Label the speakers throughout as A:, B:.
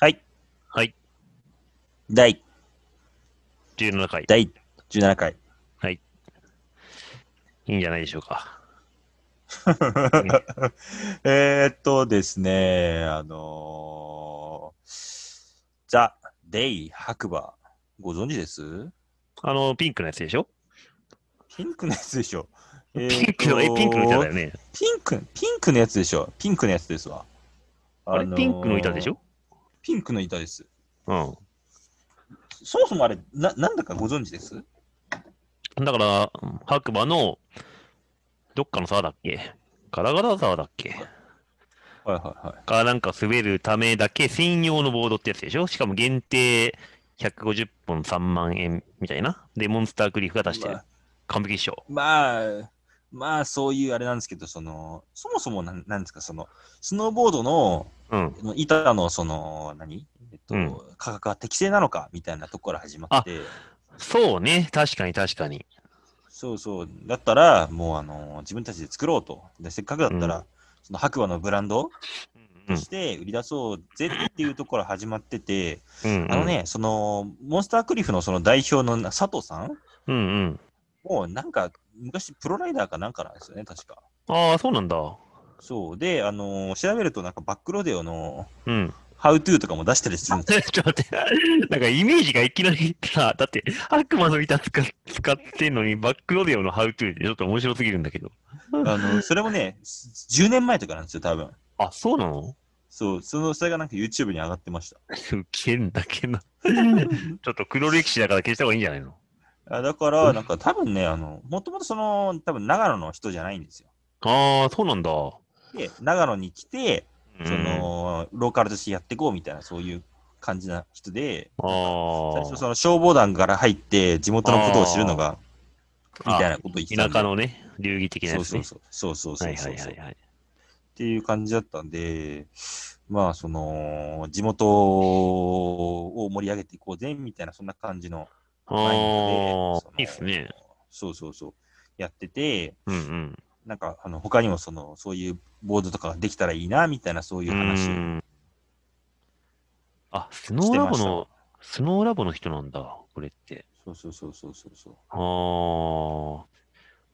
A: はい。
B: はい。
A: 第、
B: 17回。
A: 第17回。
B: いいんじゃないでしょうか。
A: えーっとですね、あのー、ザ・デイ・白馬、ご存知です
B: あの、ピンクのやつでしょ
A: ピンクのやつでし ょ。え
B: ピ
A: ー
B: ン
A: っと
B: クの、え、ピンクの歌だよね。
A: ピンク、ピンクのやつでしょ。ピンクのやつですわ。
B: あれ、
A: のー
B: ピンクの歌でしょ
A: ピンクの板です。
B: う
A: そもそもあれ、な、なんだかご存知です
B: ん。だから、白馬の、どっかの沢だっけガラガラ沢だっけ
A: はいはいはい。
B: かなんか滑るためだけ専用のボードってやつでしょしかも限定150本3万円みたいな。で、モンスタークリフが出してる
A: ま。
B: 完璧っしょ。
A: まあ、まあ、そういうあれなんですけど、その、そもそもなんなんですか、その、スノーボードの
B: うん。
A: その板の、その、何えっと、
B: うん
A: 価格は適正なのかみたいなとこから始まって、
B: そうね。確かに確かに。
A: そうそう、だったら、もう、あの、自分たちで作ろうと。でせっかくだったら、
B: う
A: その白馬のブランド
B: う
A: と
B: ん
A: して売り出そうぜっていうところから始まってて、
B: うん。うん
A: あの。ね、その、モンスタークリフのその代表の佐藤さん
B: うんうん。
A: もうなんか、昔プロライダーかなんかなんですよね、確か。
B: ああ、そうなんだ。
A: そう。で、あのー調べるとなんかバックロデオの
B: うん。
A: ハウトゥーとかも出したりす
B: ち
A: る
B: ょ
A: ん
B: っ
A: です
B: と待って、なんかイメージがいきなりさ、だって悪魔の板使使ってんのにバックロデオのハウトゥーってちょっと面白すぎるんだけど。
A: よ。あの、それもね、10年前とかなんですよ、多分。
B: あ、そうなの
A: そう、その、それがなんか YouTube に上がってました。
B: ウケんだけど。 ちょっと黒歴史だから消した方がいいんじゃないの
A: あだから、なんか多分ね、あの、もともとその、多分長野の人じゃないんですよ。
B: ああ、そうなんだ。
A: で、長野に来て、
B: うん
A: そ、の、ローカルとしてやっていこうみたいな、そういう感じな人で、最
B: あ
A: 初その消防団から入って、地元のことを知るのが、み
B: あ
A: たいなことを言ってた
B: あ、
A: んで
B: 田舎のね、流儀的なや
A: そう
B: つ
A: そ
B: ね
A: う。そう。そうそう
B: は
A: そうそ
B: いはいうは
A: そう
B: い。はい。
A: っていう感じだったんで、まあ、その、地元を盛り上げていこうぜ、みたいな、そんな感じの、ライン
B: あ
A: でその
B: あ、いいっすね。
A: そうそうそう、やってて、
B: うんうん。
A: なんか、あの、他にも、その、そういうボードとかができたらいいな、みたいな、そういう話
B: う
A: を
B: んあ、スノ
A: し
B: ー
A: て
B: ラ
A: ま
B: ボ
A: した。
B: の、スノーラボの人なんだ、これって。
A: そうそうそうそうそうそう。
B: ああ、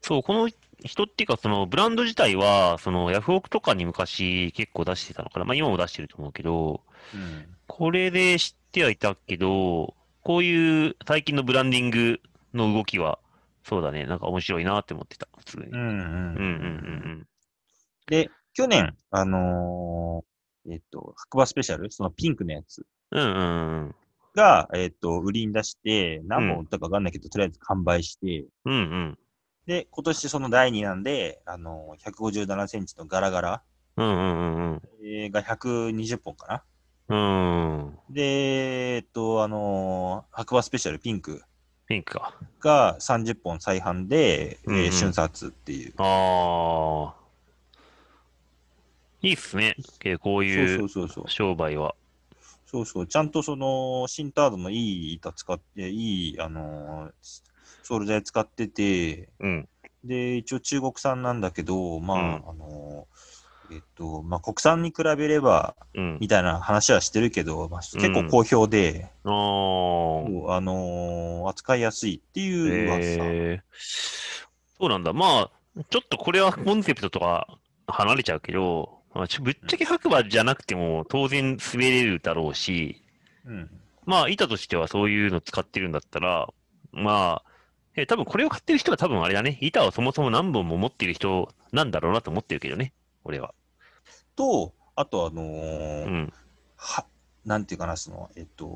B: そう、この人っていうか、そのブランド自体は、そのヤフオクとかに昔結構出してたのかな。まあ今も出してると思うけど、
A: うん。
B: これで知ってはいたけど、こういう最近のブランディングの動きは、そうだね、なんか面白いなって思ってた、普通に。
A: う
B: うんん
A: うん
B: うんう
A: うんん。
B: うん。
A: で、去年、あのーえっと、白馬スペシャル、そのピンクのやつ
B: うんうん
A: が、えっと、売りに出して、何本売ったかわかんないけど、とりあえず完売して、
B: うん。うんうん。
A: で、今年その第2弾で、あの157センチのガラガラ、
B: うんうんうん
A: えーが120本かな。
B: うん。うん。
A: で、えっと、あのー白馬スペシャルピンク
B: ピンクか。
A: が30本再販で、えー
B: うんうん
A: 瞬殺っていう。
B: ああ。いいっすね。けどこうい
A: そううそうそうそう。
B: 商売は。
A: そうそう。ちゃんとその、シンタードのいい板使って、いい、あのーソール材使ってて、
B: うん。
A: で、一応中国産なんだけど、まあ、あのーえっと、まあ、国産に比べれば、
B: うん。
A: みたいな話はしてるけど、まあ、
B: うん
A: 結構好評で、
B: ああ。
A: もうあのー扱いやすいっていう噂。
B: えーそうなんだ。まあ、ちょっとこれはコンセプトとか離れちゃうけど、まあちょぶっちゃけ白馬じゃなくても当然滑れるだろうし、
A: うん、
B: まあ、板としてはそういうの使ってるんだったら、まあ、え多分これを買ってる人は多分あれだね。板をそもそも何本も持ってる人なんだろうなと思ってるけどね。俺は。
A: と、あとあの
B: う
A: ー
B: ん。
A: は、なんていうかな、その、えっと、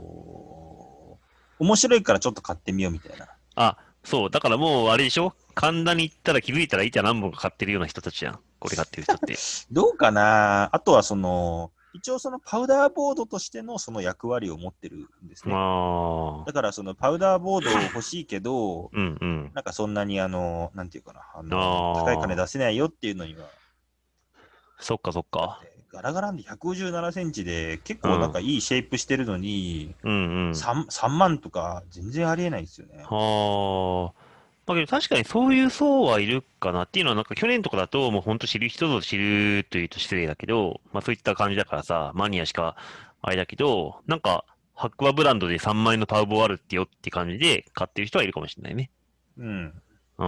A: 面白いからちょっと買ってみようみたいな。
B: あ、そう。だからもうあれでしょ神田に行ったら気づいたら板何本か買ってるような人たちじゃん。これ買ってる人って。
A: どうかなあとはその、一応そのパウダーボードとしてのその役割を持ってるんですね。
B: まあ、
A: だからそのパウダーボードを欲しいけど、
B: うんうん。
A: なんかそんなにあの、なんていうかな、あの
B: あー
A: 高い金出せないよっていうのには、
B: そっかそっか。
A: ガラガラんで157センチで結構なんかいいシェイプしてるのに、
B: うんうん。
A: 三三 3, 万とか全然ありえないですよね。
B: はあ。まあけど確かにそういう層はいるかなっていうのは、なんか去年とかだと、もう本当知る人ぞ知るというと失礼だけど、まあそういった感じだからさ、マニアしかあれだけど、なんか、白馬ブランドで3万円のタウボあるってよって感じで買ってる人はいるかもしれないね。
A: うん。
B: ああ、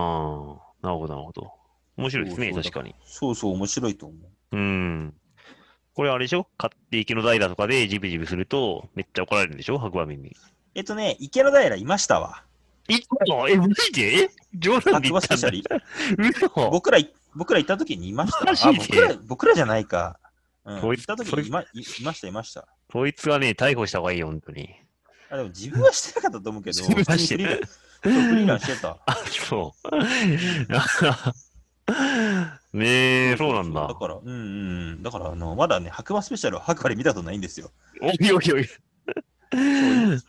B: なるほど、なるほど。面白いですね、
A: そうそう
B: 確かに。
A: そうそう、面白いと思う。
B: うん。これあれでしょ買って池の平とかでジブジブすると、めっちゃ怒られるんでしょ白馬耳。
A: えっとね、池の平いましたわ。
B: え、え、マジでえ冗
A: 白
B: 談で言
A: 馬
B: っ
A: スペ
B: たん
A: シャル。
B: だ。嘘
A: 僕らい、僕ら行った時にいました
B: マジ
A: わ。あ、
B: で
A: 僕ら、僕らじゃないか。うん、
B: こ
A: 行
B: い
A: っ
B: つ
A: た時にいま、いいました、いました。
B: こいつはね、逮捕した方がいいよ、本当に。
A: あ、でも自分はしてなかったと思うけど、
B: 自分はして
A: 普通にフリーランそうフリーランしてた。
B: あ、そう。 ねえ、そうなん
A: だ
B: だ。
A: から、うんうん。だから、あの、まだね、白馬スペシャルを白馬で見たことないんです よ。
B: おいおいおい。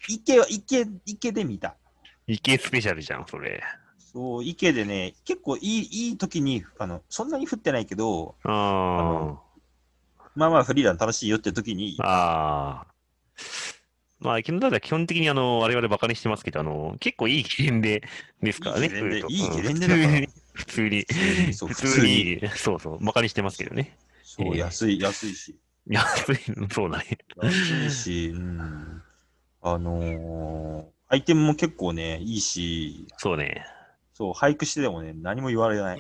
A: 池は、池、池で見た。
B: 池スペシャルじゃん、それ。
A: そう、池でね、結構いい、いい時に、あの、そんなに降ってないけど、
B: あ
A: まあまあフリーラン楽しいよって時に
B: あ。、ああ。まあ、池の平は基本的にあの、我々バカにしてますけど、あの、結構いいゲレンデですからね。
A: いいゲレンデ
B: そう
A: いいう
B: と
A: ゲレンデだから
B: 普通に、
A: そう
B: 普
A: 普
B: 通
A: 通に。
B: に、そうそう、バカにしてますけどね。
A: そう、安い、安いし。
B: いや、 そうそうだね。
A: 安いし、うん。あのーアイテムも結構ね、いいし、
B: そうね。
A: そう、俳句してでもね、何も言われない。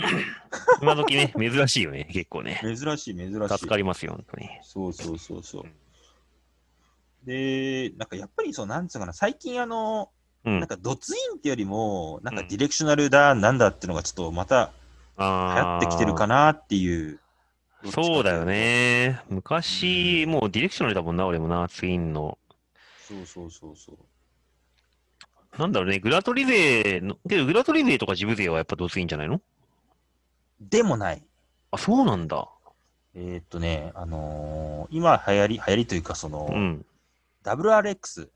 B: 今時 ね、珍しいよね、結構ね。
A: 珍しい、珍しい。
B: 助かりますよ、本当に。
A: そうそうそうそう。で、なんかやっぱりそう、なんつうかな、最近あの、
B: うん
A: なんかドツインってよりも、なんかディレクショナルだ、なんだってのがちょっとまた流行ってきてるかなっていう。
B: そうだよ。ね。昔、もうディレクショナルだもんな、俺もな、ツインの。
A: そうそうそうそう。
B: なんだろうね、グラトリ勢の、けどグラトリ勢とかジブ勢はやっぱドツインじゃないの
A: でもない。
B: あ、そうなんだ。
A: えーっとね、あのー今流行り、流行りというか、その、
B: うん。
A: WRX。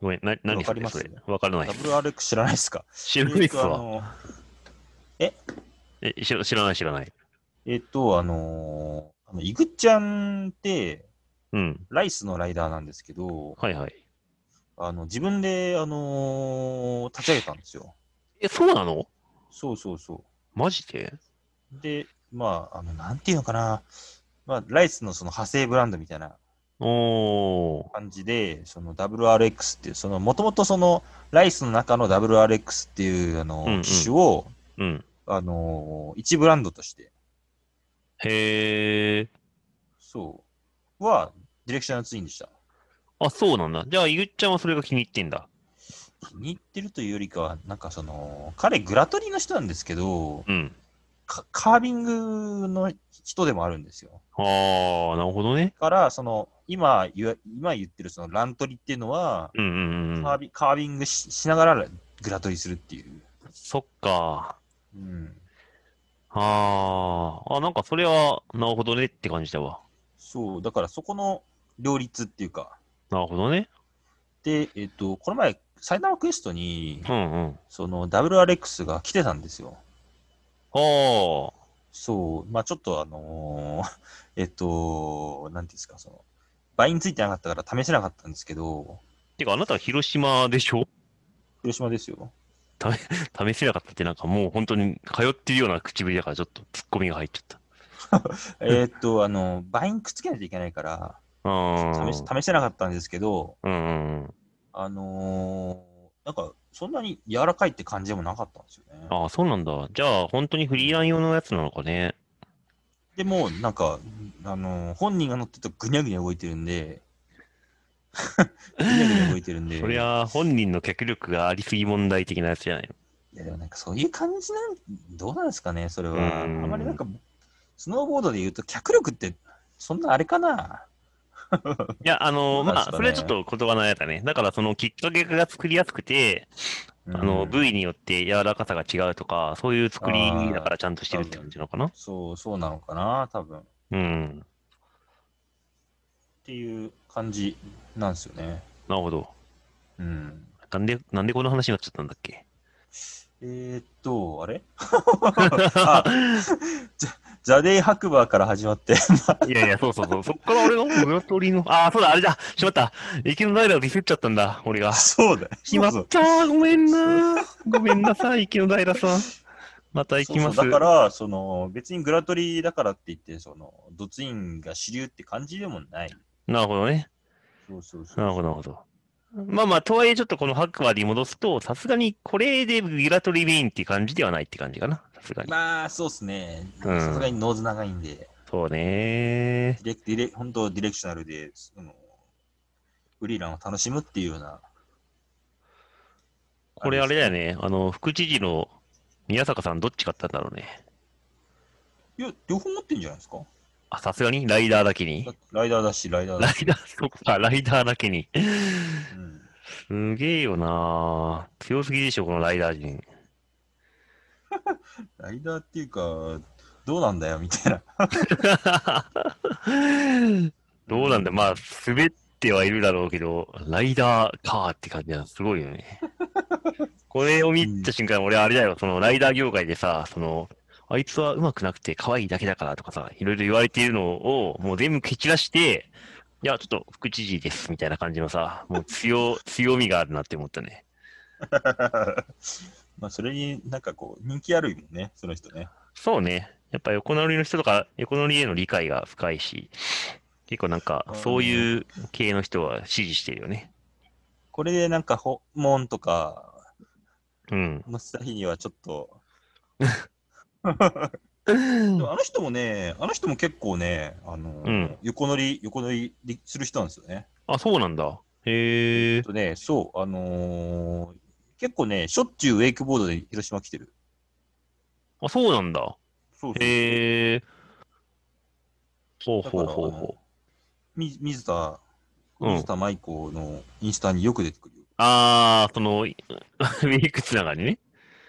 B: ごめん、な、何そ
A: わかり
B: れ
A: ます
B: それ。わからない。
A: WRX 知らないですか
B: 知らないっす
A: えーっとあ
B: わ。
A: の
B: え、知ら知らない、知らない。
A: えーっと、あのーあの、イグちゃんって、
B: うん。
A: ライスのライダーなんですけど、
B: はいはい。
A: あの、自分で、あのー立ち上げたんですよ。
B: え、そうなの
A: そうそうそ
B: マジで
A: う。で、まあ、あの、なんていうのかな。まあ、ライスのその派生ブランドみたいな
B: おー。
A: 感じで、その WRX っていう、その、もともとその、ライスの中の WRX っていう、あの
B: うんうん、
A: 機種を、
B: うん。
A: あのー、一ブランドとして、
B: へー。
A: そう、は、ディレクショナルツインでした。
B: あ、そうなんだ。じゃあ、イグっちゃんはそれが気に入ってんだ。
A: 気に入ってるというよりかは、なんかその、彼、グラトリーの人なんですけど、
B: うん。
A: かカービングの人でもあるんですよ。
B: あー、なるほどね。
A: から、その、今言わ、今言ってるそのラントリっていうのは、
B: うんうんうん
A: カー
B: うん。
A: ビカービングししながらグラトリするっていう。
B: そっか。
A: うん。
B: あーあ、なんかそれは、なるほどねって感じだわ。
A: そう、だからそこの両立っていうか。
B: なるほどね。
A: で、えっ、と、この前、埼玉クエストに、
B: うんうん。
A: その WRX が来てたんですよ。
B: ああ、
A: そう、まあちょっとあのー えっと、なんていうんですか、その、倍についてなかったから試せなかったんですけど、
B: てかあなたは広島でしょ
A: 広島ですよ。
B: 試せなかったってなんかもう本当に通ってるような口ぶりだからちょっとツッコミが入っちゃった。
A: えっと、あの、倍にくっつけないといけないから、
B: ああ。
A: 試し試せなかったんですけど、
B: うんうんうん。
A: あのーなんか、そんなに柔らかいって感じでもなかったんですよね。
B: ああ、そうなんだ。じゃあ本当にフリーラン用のやつなのかね。
A: でも、なんか、あのー本人が乗ってるとぐにゃぐにゃ動いてるん で、ぐにゃぐにゃ動いてるんで、
B: そりゃ本人の脚力がありすぎ問題的なやつじゃないの。
A: いやでもなんかそういう感じなん、どうなんですかね、それは。あ
B: うん
A: まりなんか、スノーボードで言うと、脚力って、そんなあれかな。
B: いや、あ
A: そ
B: の、
A: うなん
B: まあ、
A: ですかね
B: それはちょっと言葉のあやだね。だからそのきっかけが作りやすくて、あの、
A: うん
B: 部位によって柔らかさが違うとか、そういう作りだからちゃんとしてるって感じなのかな。
A: そう、そうなのかな、多分。っ
B: うん。
A: ていう感じなんですよね。
B: なるほど。
A: うん。
B: なんで、なんでこの話になっちゃったんだっ け
A: えー、っと、あれ
B: あ
A: あザレイ白馬から始まって、
B: いやいや、そうそうそう。そっから俺の裏取りの、ああ、そうだ、あれだ、しまった。池の平をディスっちゃったんだ、俺が。
A: そうだよ。
B: しま
A: そう
B: ったー、ごめんなー。ごめんなさい、池の平さん。また行
A: そ
B: き
A: うそ
B: ま
A: う
B: す。
A: だから、その、別にグラトリだからって言って、その、ドツインが主流って感じでもない。
B: なるほどね。
A: そうそうそう。
B: なるほど、なるほど。まあまあ、とはいえ、ちょっとこの白馬に戻すと、さすがにこれでギラトリビーンっていう感じではないって感じかな。さすがに。
A: まあ、そうっすね。
B: うん
A: さすがにノーズ長いんで、
B: そうね
A: ディレクディレ本当ディレクショナルで、その、フリーランを楽しむっていうような。
B: これあれだよ
A: ね。
B: ね。あの、副知事の宮坂さんどっち買ったんだろうね。
A: いや、両方持ってんじゃないですか
B: あ、さすがにライダーだけに
A: だ。ライダーだし、ライダーだ
B: ラ
A: し。
B: イダー、そっか、ライダーだけに。
A: うん
B: すげえよなぁ強すぎでしょ、このライダー陣。
A: ライダーっていうか、どうなんだよ、みたいな。
B: どうなんだ、まあ、滑ってはいるだろうけど、ライダーかーって感じはすごいよね。これを見た瞬間、俺、あれだよ、そのライダー業界でさ、その、あいつは上手くなくて可愛いだけだからとかさ、いろいろ言われているのを、もう全部蹴散らして、いや、ちょっと副知事です、みたいな感じのさ、もう強、 強みがあるなって思ったね。
A: まあ、それになんかこう、人気あるもんね、その人ね。
B: そうね。やっぱ横乗りの人とか、横乗りへの理解が深いし、結構なんか、そういう系の人は支持してるよね。
A: これでなんか、訪問とか、
B: うん。
A: のした日にはちょっと。でもあの人もね、あの人も結構ね、あの、
B: うん
A: 横乗り、横乗りする人なんですよね。
B: あ、そうなんだ。へ
A: え
B: え
A: っ。とね、そう、あのー結構ね、しょっちゅうウェイクボードで広島来てる。
B: あ、そうなんだ。
A: そうそう
B: へえ。ほう
A: だ
B: ほ
A: か
B: う
A: ら
B: ほう
A: あ
B: ほ
A: の
B: う。
A: み水田、
B: うん
A: 水田舞子のインスタによく出てくるよ。
B: あー、その、い ウィークつながりね。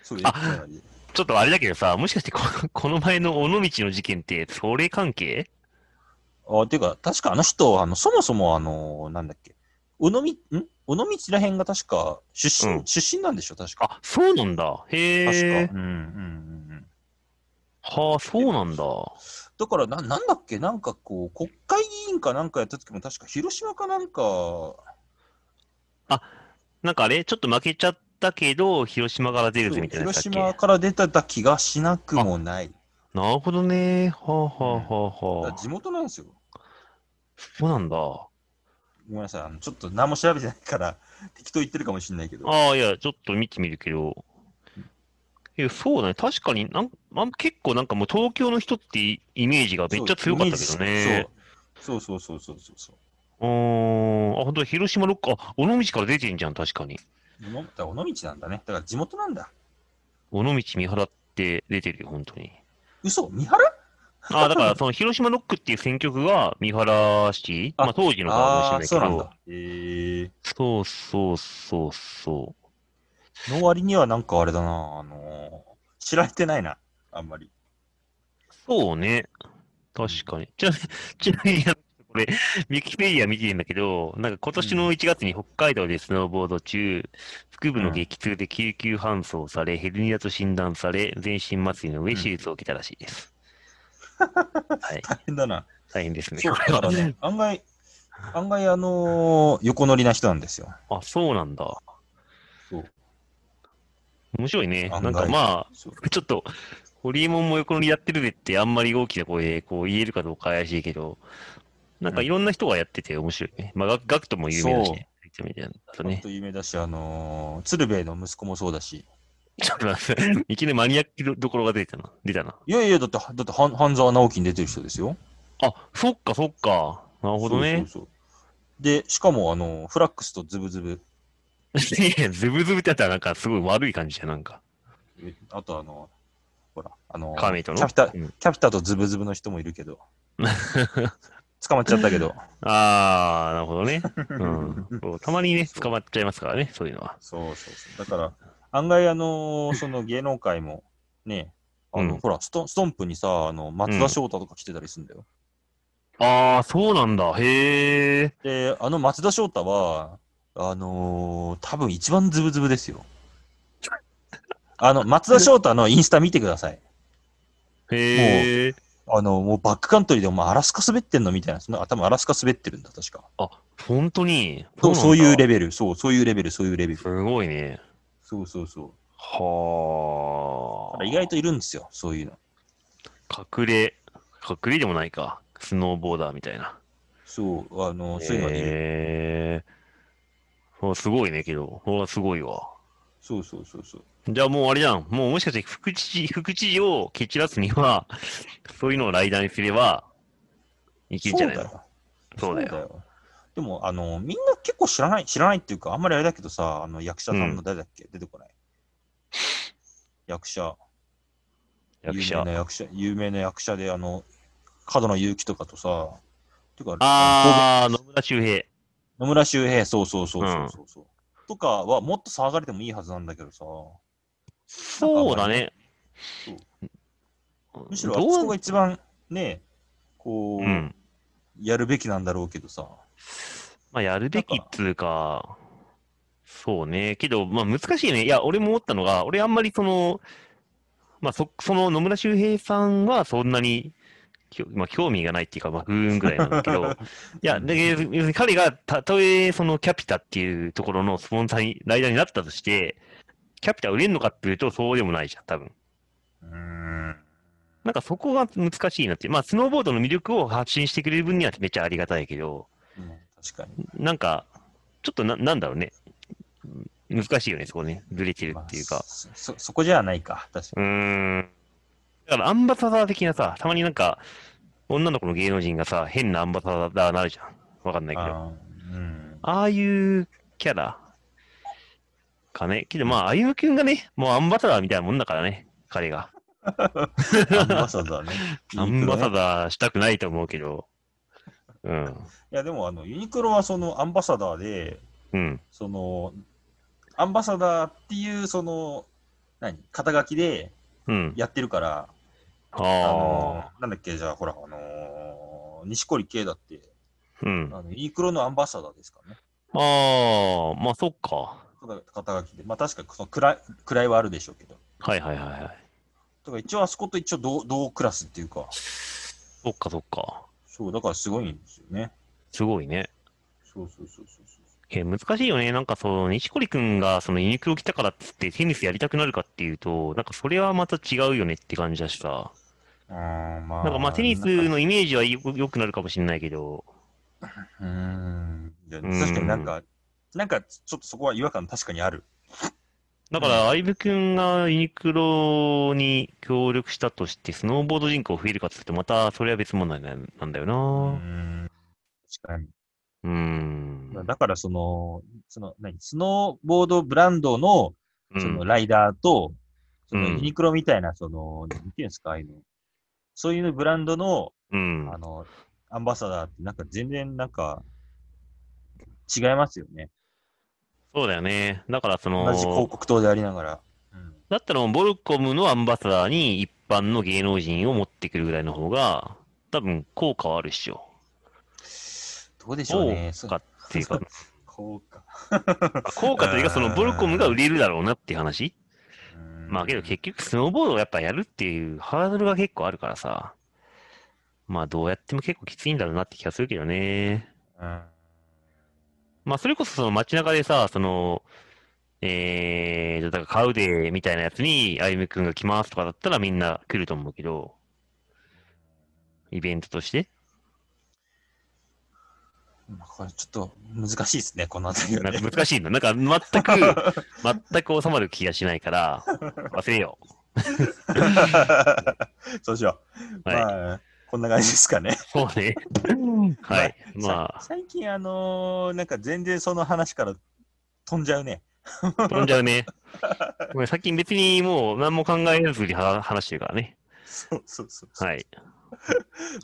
A: そう
B: あ
A: ウェイクつながりで
B: ちょっとあれだけどさ、もしかしてこ の、この前の尾道の事件って、それ関係
A: あ、ていうか、確かあの人、あの、そもそも、あのーなんだっけ、尾道、ん尾道らへんが確か、出身、
B: うん
A: 出身なんでしょ、確か。
B: あ、そうなんだ。へえ。
A: 確か。うん、うん、うんうん。
B: はあ、そうなんだ。
A: だからな、なんだっけ、なんかこう、国会議員かなんかやった時も、確か広島かなんか、
B: なんかあれちょっと負けちゃったけど、広島から出るぜみたいなや
A: 広
B: つだっ
A: 島
B: け
A: から出てた気がしなくもない。
B: なるほどね。はあはあはあ
A: だか
B: は
A: ら
B: あ。
A: 地元なんですよ。
B: そうなんだ。
A: ごめんなさい、あのちょっと何も調べてないから、適当言ってるかもしれないけど。
B: ああ、いや、ちょっと見てみるけど。いや、そうだね。確かになん、まん結構なんかもう東京の人ってイイメージがめっちゃ強かったけどね。
A: そう。そうそうそうそうそう
B: うーん。あ、本当だ広島ロッカー、あ尾道から出てんじゃん、確かに。
A: そう。だから尾道なんだね。だから地元なんだ。
B: 尾道三原って出てるよ、本当に。
A: 嘘三原
B: ああ、だから、その広島ロックっていう選挙区が三原市
A: あ
B: まあ当時のか
A: あ
B: も
A: あー、
B: し
A: そ
B: れ
A: うない
B: なけ
A: ん
B: ど
A: だ。。えー、
B: そうそうそうそう。
A: の割にはなんかあれだな、あのー知られてないな、あんまり。
B: そうね。確かに。ちなみに、ちなみに、これ、ウィキペディア見てるんだけど、なんか今年の1月に北海道でスノーボード中、腹部の激痛で救急搬送され、ヘルニアと診断され、全身麻酔の上
A: うん
B: 手術を受けたらしいです。はい。
A: 大変だな。
B: 大変ですね。
A: そう
B: こ
A: だ
B: れは
A: からね、 案外、案外、あのー横乗りな人なんですよ。
B: あ、そうなんだ。
A: そう。
B: 面白いね。
A: 案外
B: なんかま
A: そう
B: あ、 ちょっと、ホリエモンも横乗りやってるべって、あんまり大きな声でこう言えるかどうか怪しいけど、なんかいろんな人がやってて面白いね。まあ、ガクガクトも有名だしね。有名なんだ
A: 本
B: ね。
A: 当有名だし、あのー鶴瓶の息子もそうだし。
B: ちょっと待って、いきなりマニアックどころが出てたな。出たな。
A: いやいや、だって、だって、半半沢直樹に出てる人ですよ。
B: あ、そっかそっか。なるほどね。
A: そうそうそうで、しかも、あのーフラックスとズブズブ。
B: いや、ズブズブってやったらなんかすごい悪い感じじゃん、なんか。
A: えあと、あのーほら、あのー
B: カーメイトの。
A: キャピタ、
B: うん
A: キャピタとズブズブの人もいるけ ど。捕まっちゃったけど。
B: あー、なるほどね。うんそう。たまにね、捕まっちゃいますからね、そういうのは。
A: そうそうそう。だから、案外、あのーその芸能界も、ね、あの、
B: うん
A: ほらスト、ストンプにさ、あの、松田翔太とか来てたりするんだよ。
B: あー、そうなんだ。へー。
A: で、あの松田翔太は、あのー多分一番ズブズブです よ。あの、松田翔太のインスタ見てください。
B: へー。
A: あの、もうバックカントリーでお前アラスカ滑ってんのみたいな、その頭アラスカ滑ってるんだ、確か。
B: 本当に
A: そうそういうレ
B: ベ
A: ベル、そう、そういうレベル、そういうレベル。
B: すごいね。
A: そうそうそう。だ
B: は
A: か
B: あ。
A: ら意外といるんですよ、そういうの。
B: 隠れ、隠れでもないか。スノーボーダーみたいな。
A: そう、あの、そういうのがいる。
B: へえあすごいね、けど。あすごいわ。
A: そうそうそうそう。
B: じゃあもうあれじゃん。もうもしかして副知事、副知事を蹴散らすには、そういうのをライダーにすれば、いけんじゃないの
A: そうだよ。
B: そうだよ。
A: でも、あの、みんな結構知らない、知らないっていうか、あんまりあれだけどさ、あの、役者さんの誰だっけ、出てこない。役者。
B: 役
A: 有
B: 者
A: 名。な役者、有名な役者で、あの、角野祐希とかとさ、てか、
B: あー、野村周平。
A: 野村周平、そうそうそうそうそうそう、とかは、もっと騒がれてもいいはずなんだけどさ、
B: そうだね。
A: むしろあそこが一番ね、こ
B: ど
A: う、
B: ううん。
A: やるべきなんだろうけどさ、
B: まあ、やるべきっつうか、そうね。けど、まあ、難しいね。いや、俺も思ったのが、俺あんまりその、まあ、そ、その野村周平さんはそんなに、きょまあ、興味がないっていうか、まあ、不運ぐらいなんだけど、いや、で要するに彼がたとえそのキャピタっていうところのスポンサーに、ライダーになったとして、キャピタ売れんのかっていうと、そうでもないじゃん、多分。
A: うーん、
B: なんかそこが難しいなって。まあ、スノーボードの魅力を発信してくれる分にはめっちゃありがたいけど、
A: うん確かに。
B: なんか、ちょっとな、なんだろうね。難しいよね、そこね。ずれてるっていう
A: まあ
B: か。
A: そそそこじゃないか、確か
B: うーん。だから、アンバサダー的なさ、たまになんか、女の子の芸能人がさ、変なアンバサダーになるじゃん。わかんない
A: に。
B: けど。
A: あーうん、
B: ああいうキャラかね。けど、まあ、あゆむくんがね、もうアンバサダーみたいなもんだからね、彼が。
A: アンバサダー ね。
B: アンバサ
A: ユニクロね
B: ダーしたくないと思うけど。うん。
A: いや、でもあの、ユニクロはそのアンバサダーで、
B: うん。
A: その、アンバサダーっていう、その、何肩書きで
B: うん。
A: やってるから、あ
B: ああ
A: のーなんだっけ、じゃあ、ほら、あのー、錦織圭だって、
B: ー。うん。
A: あのユニクロのアンバサダーですからね。
B: ああ、まあ、そっか。
A: 肩書きで。まあ、確か、その位、位はあるでしょうけど。
B: はいはいはいはい。
A: だから、一応、あそこと一応同、同クラスっていうか、
B: そっかそっか。
A: そう、だからすごいんですよね。
B: すごいね。
A: そうそうそうそうそう。
B: え、難しいよね。なんかその、錦織くんがそのユニクロ来たからっつってテニスやりたくなるかっていうと、なんかそれはまた違うよねって感じだしさ。
A: うーん、まあ。
B: なんかまあテニス
A: なんか
B: のイメージはよ良くなるかもしれないけど、
A: うーん。いや
B: うーん
A: 確かになんか、なんか、ちょっとそこは違和感確かにある。
B: だから相武くんがユニクロに協力したとして、スノーボード人口増えるかっつってまたそれは別問題なんなんだよ
A: う
B: な。
A: ん。確かに。
B: うーん。
A: だから、その、その、何スノーボードブランドの、
B: うん
A: そのライダーと、その
B: うん
A: ユニクロみたいな、その、なんていうんですか、ああいうの。そういうブランドの、
B: うん
A: あ。の、アンバサダーって、なんか全然、なんか、違いますよね。
B: そうだよね。だからそ
A: 同じ
B: の
A: 広、告塔でありながら。うん
B: だったらもうボルコムのアンバサダーに一般の芸能人を持ってくるぐらいの方が、多分効果はあるっしょ。
A: どうでしょう
B: 効
A: ね。そう
B: 果っていうか、
A: 効果。
B: 効果というかそのボルコムが売れるだろうなっていう話。
A: うん
B: まあけど結局スノーボードをやっぱやるっていうハードルが結構あるからさ。まあどうやっても結構きついんだろうなって気がするけどね。
A: うん
B: まあそれこそその街中でさ、その、えー、だからカウデーみたいなやつに、あゆみくんが来ますとかだったらみんな来ると思うけど、イベントとして。
A: まあこれちょっと難しいですね、この辺り
B: な
A: は
B: んか
A: ね。
B: 難しいの。なんか全 く、全く収まる気がしないから、忘れよう。
A: そうしよう。
B: はい。
A: まあ、こんな感じですかね。
B: そう ね。はい。ま
A: さ最近、あのーなんか全然その話から飛んじゃうね。
B: あ、飛んじゃう ね。ごめん最近別にもう何も考えずには話してるからね。
A: そうそうそうそう。
B: はい。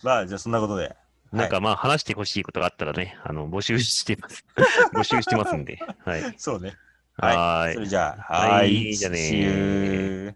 A: まあ、じゃあそんなことで。
B: なんかまあ話してほしいことがあったらね、あの、募集してます。 募集してますんで。はい。
A: そうね。はい
B: はーい
A: そ。れじゃあ、
B: は
A: はいい。
B: じゃあねー
A: See you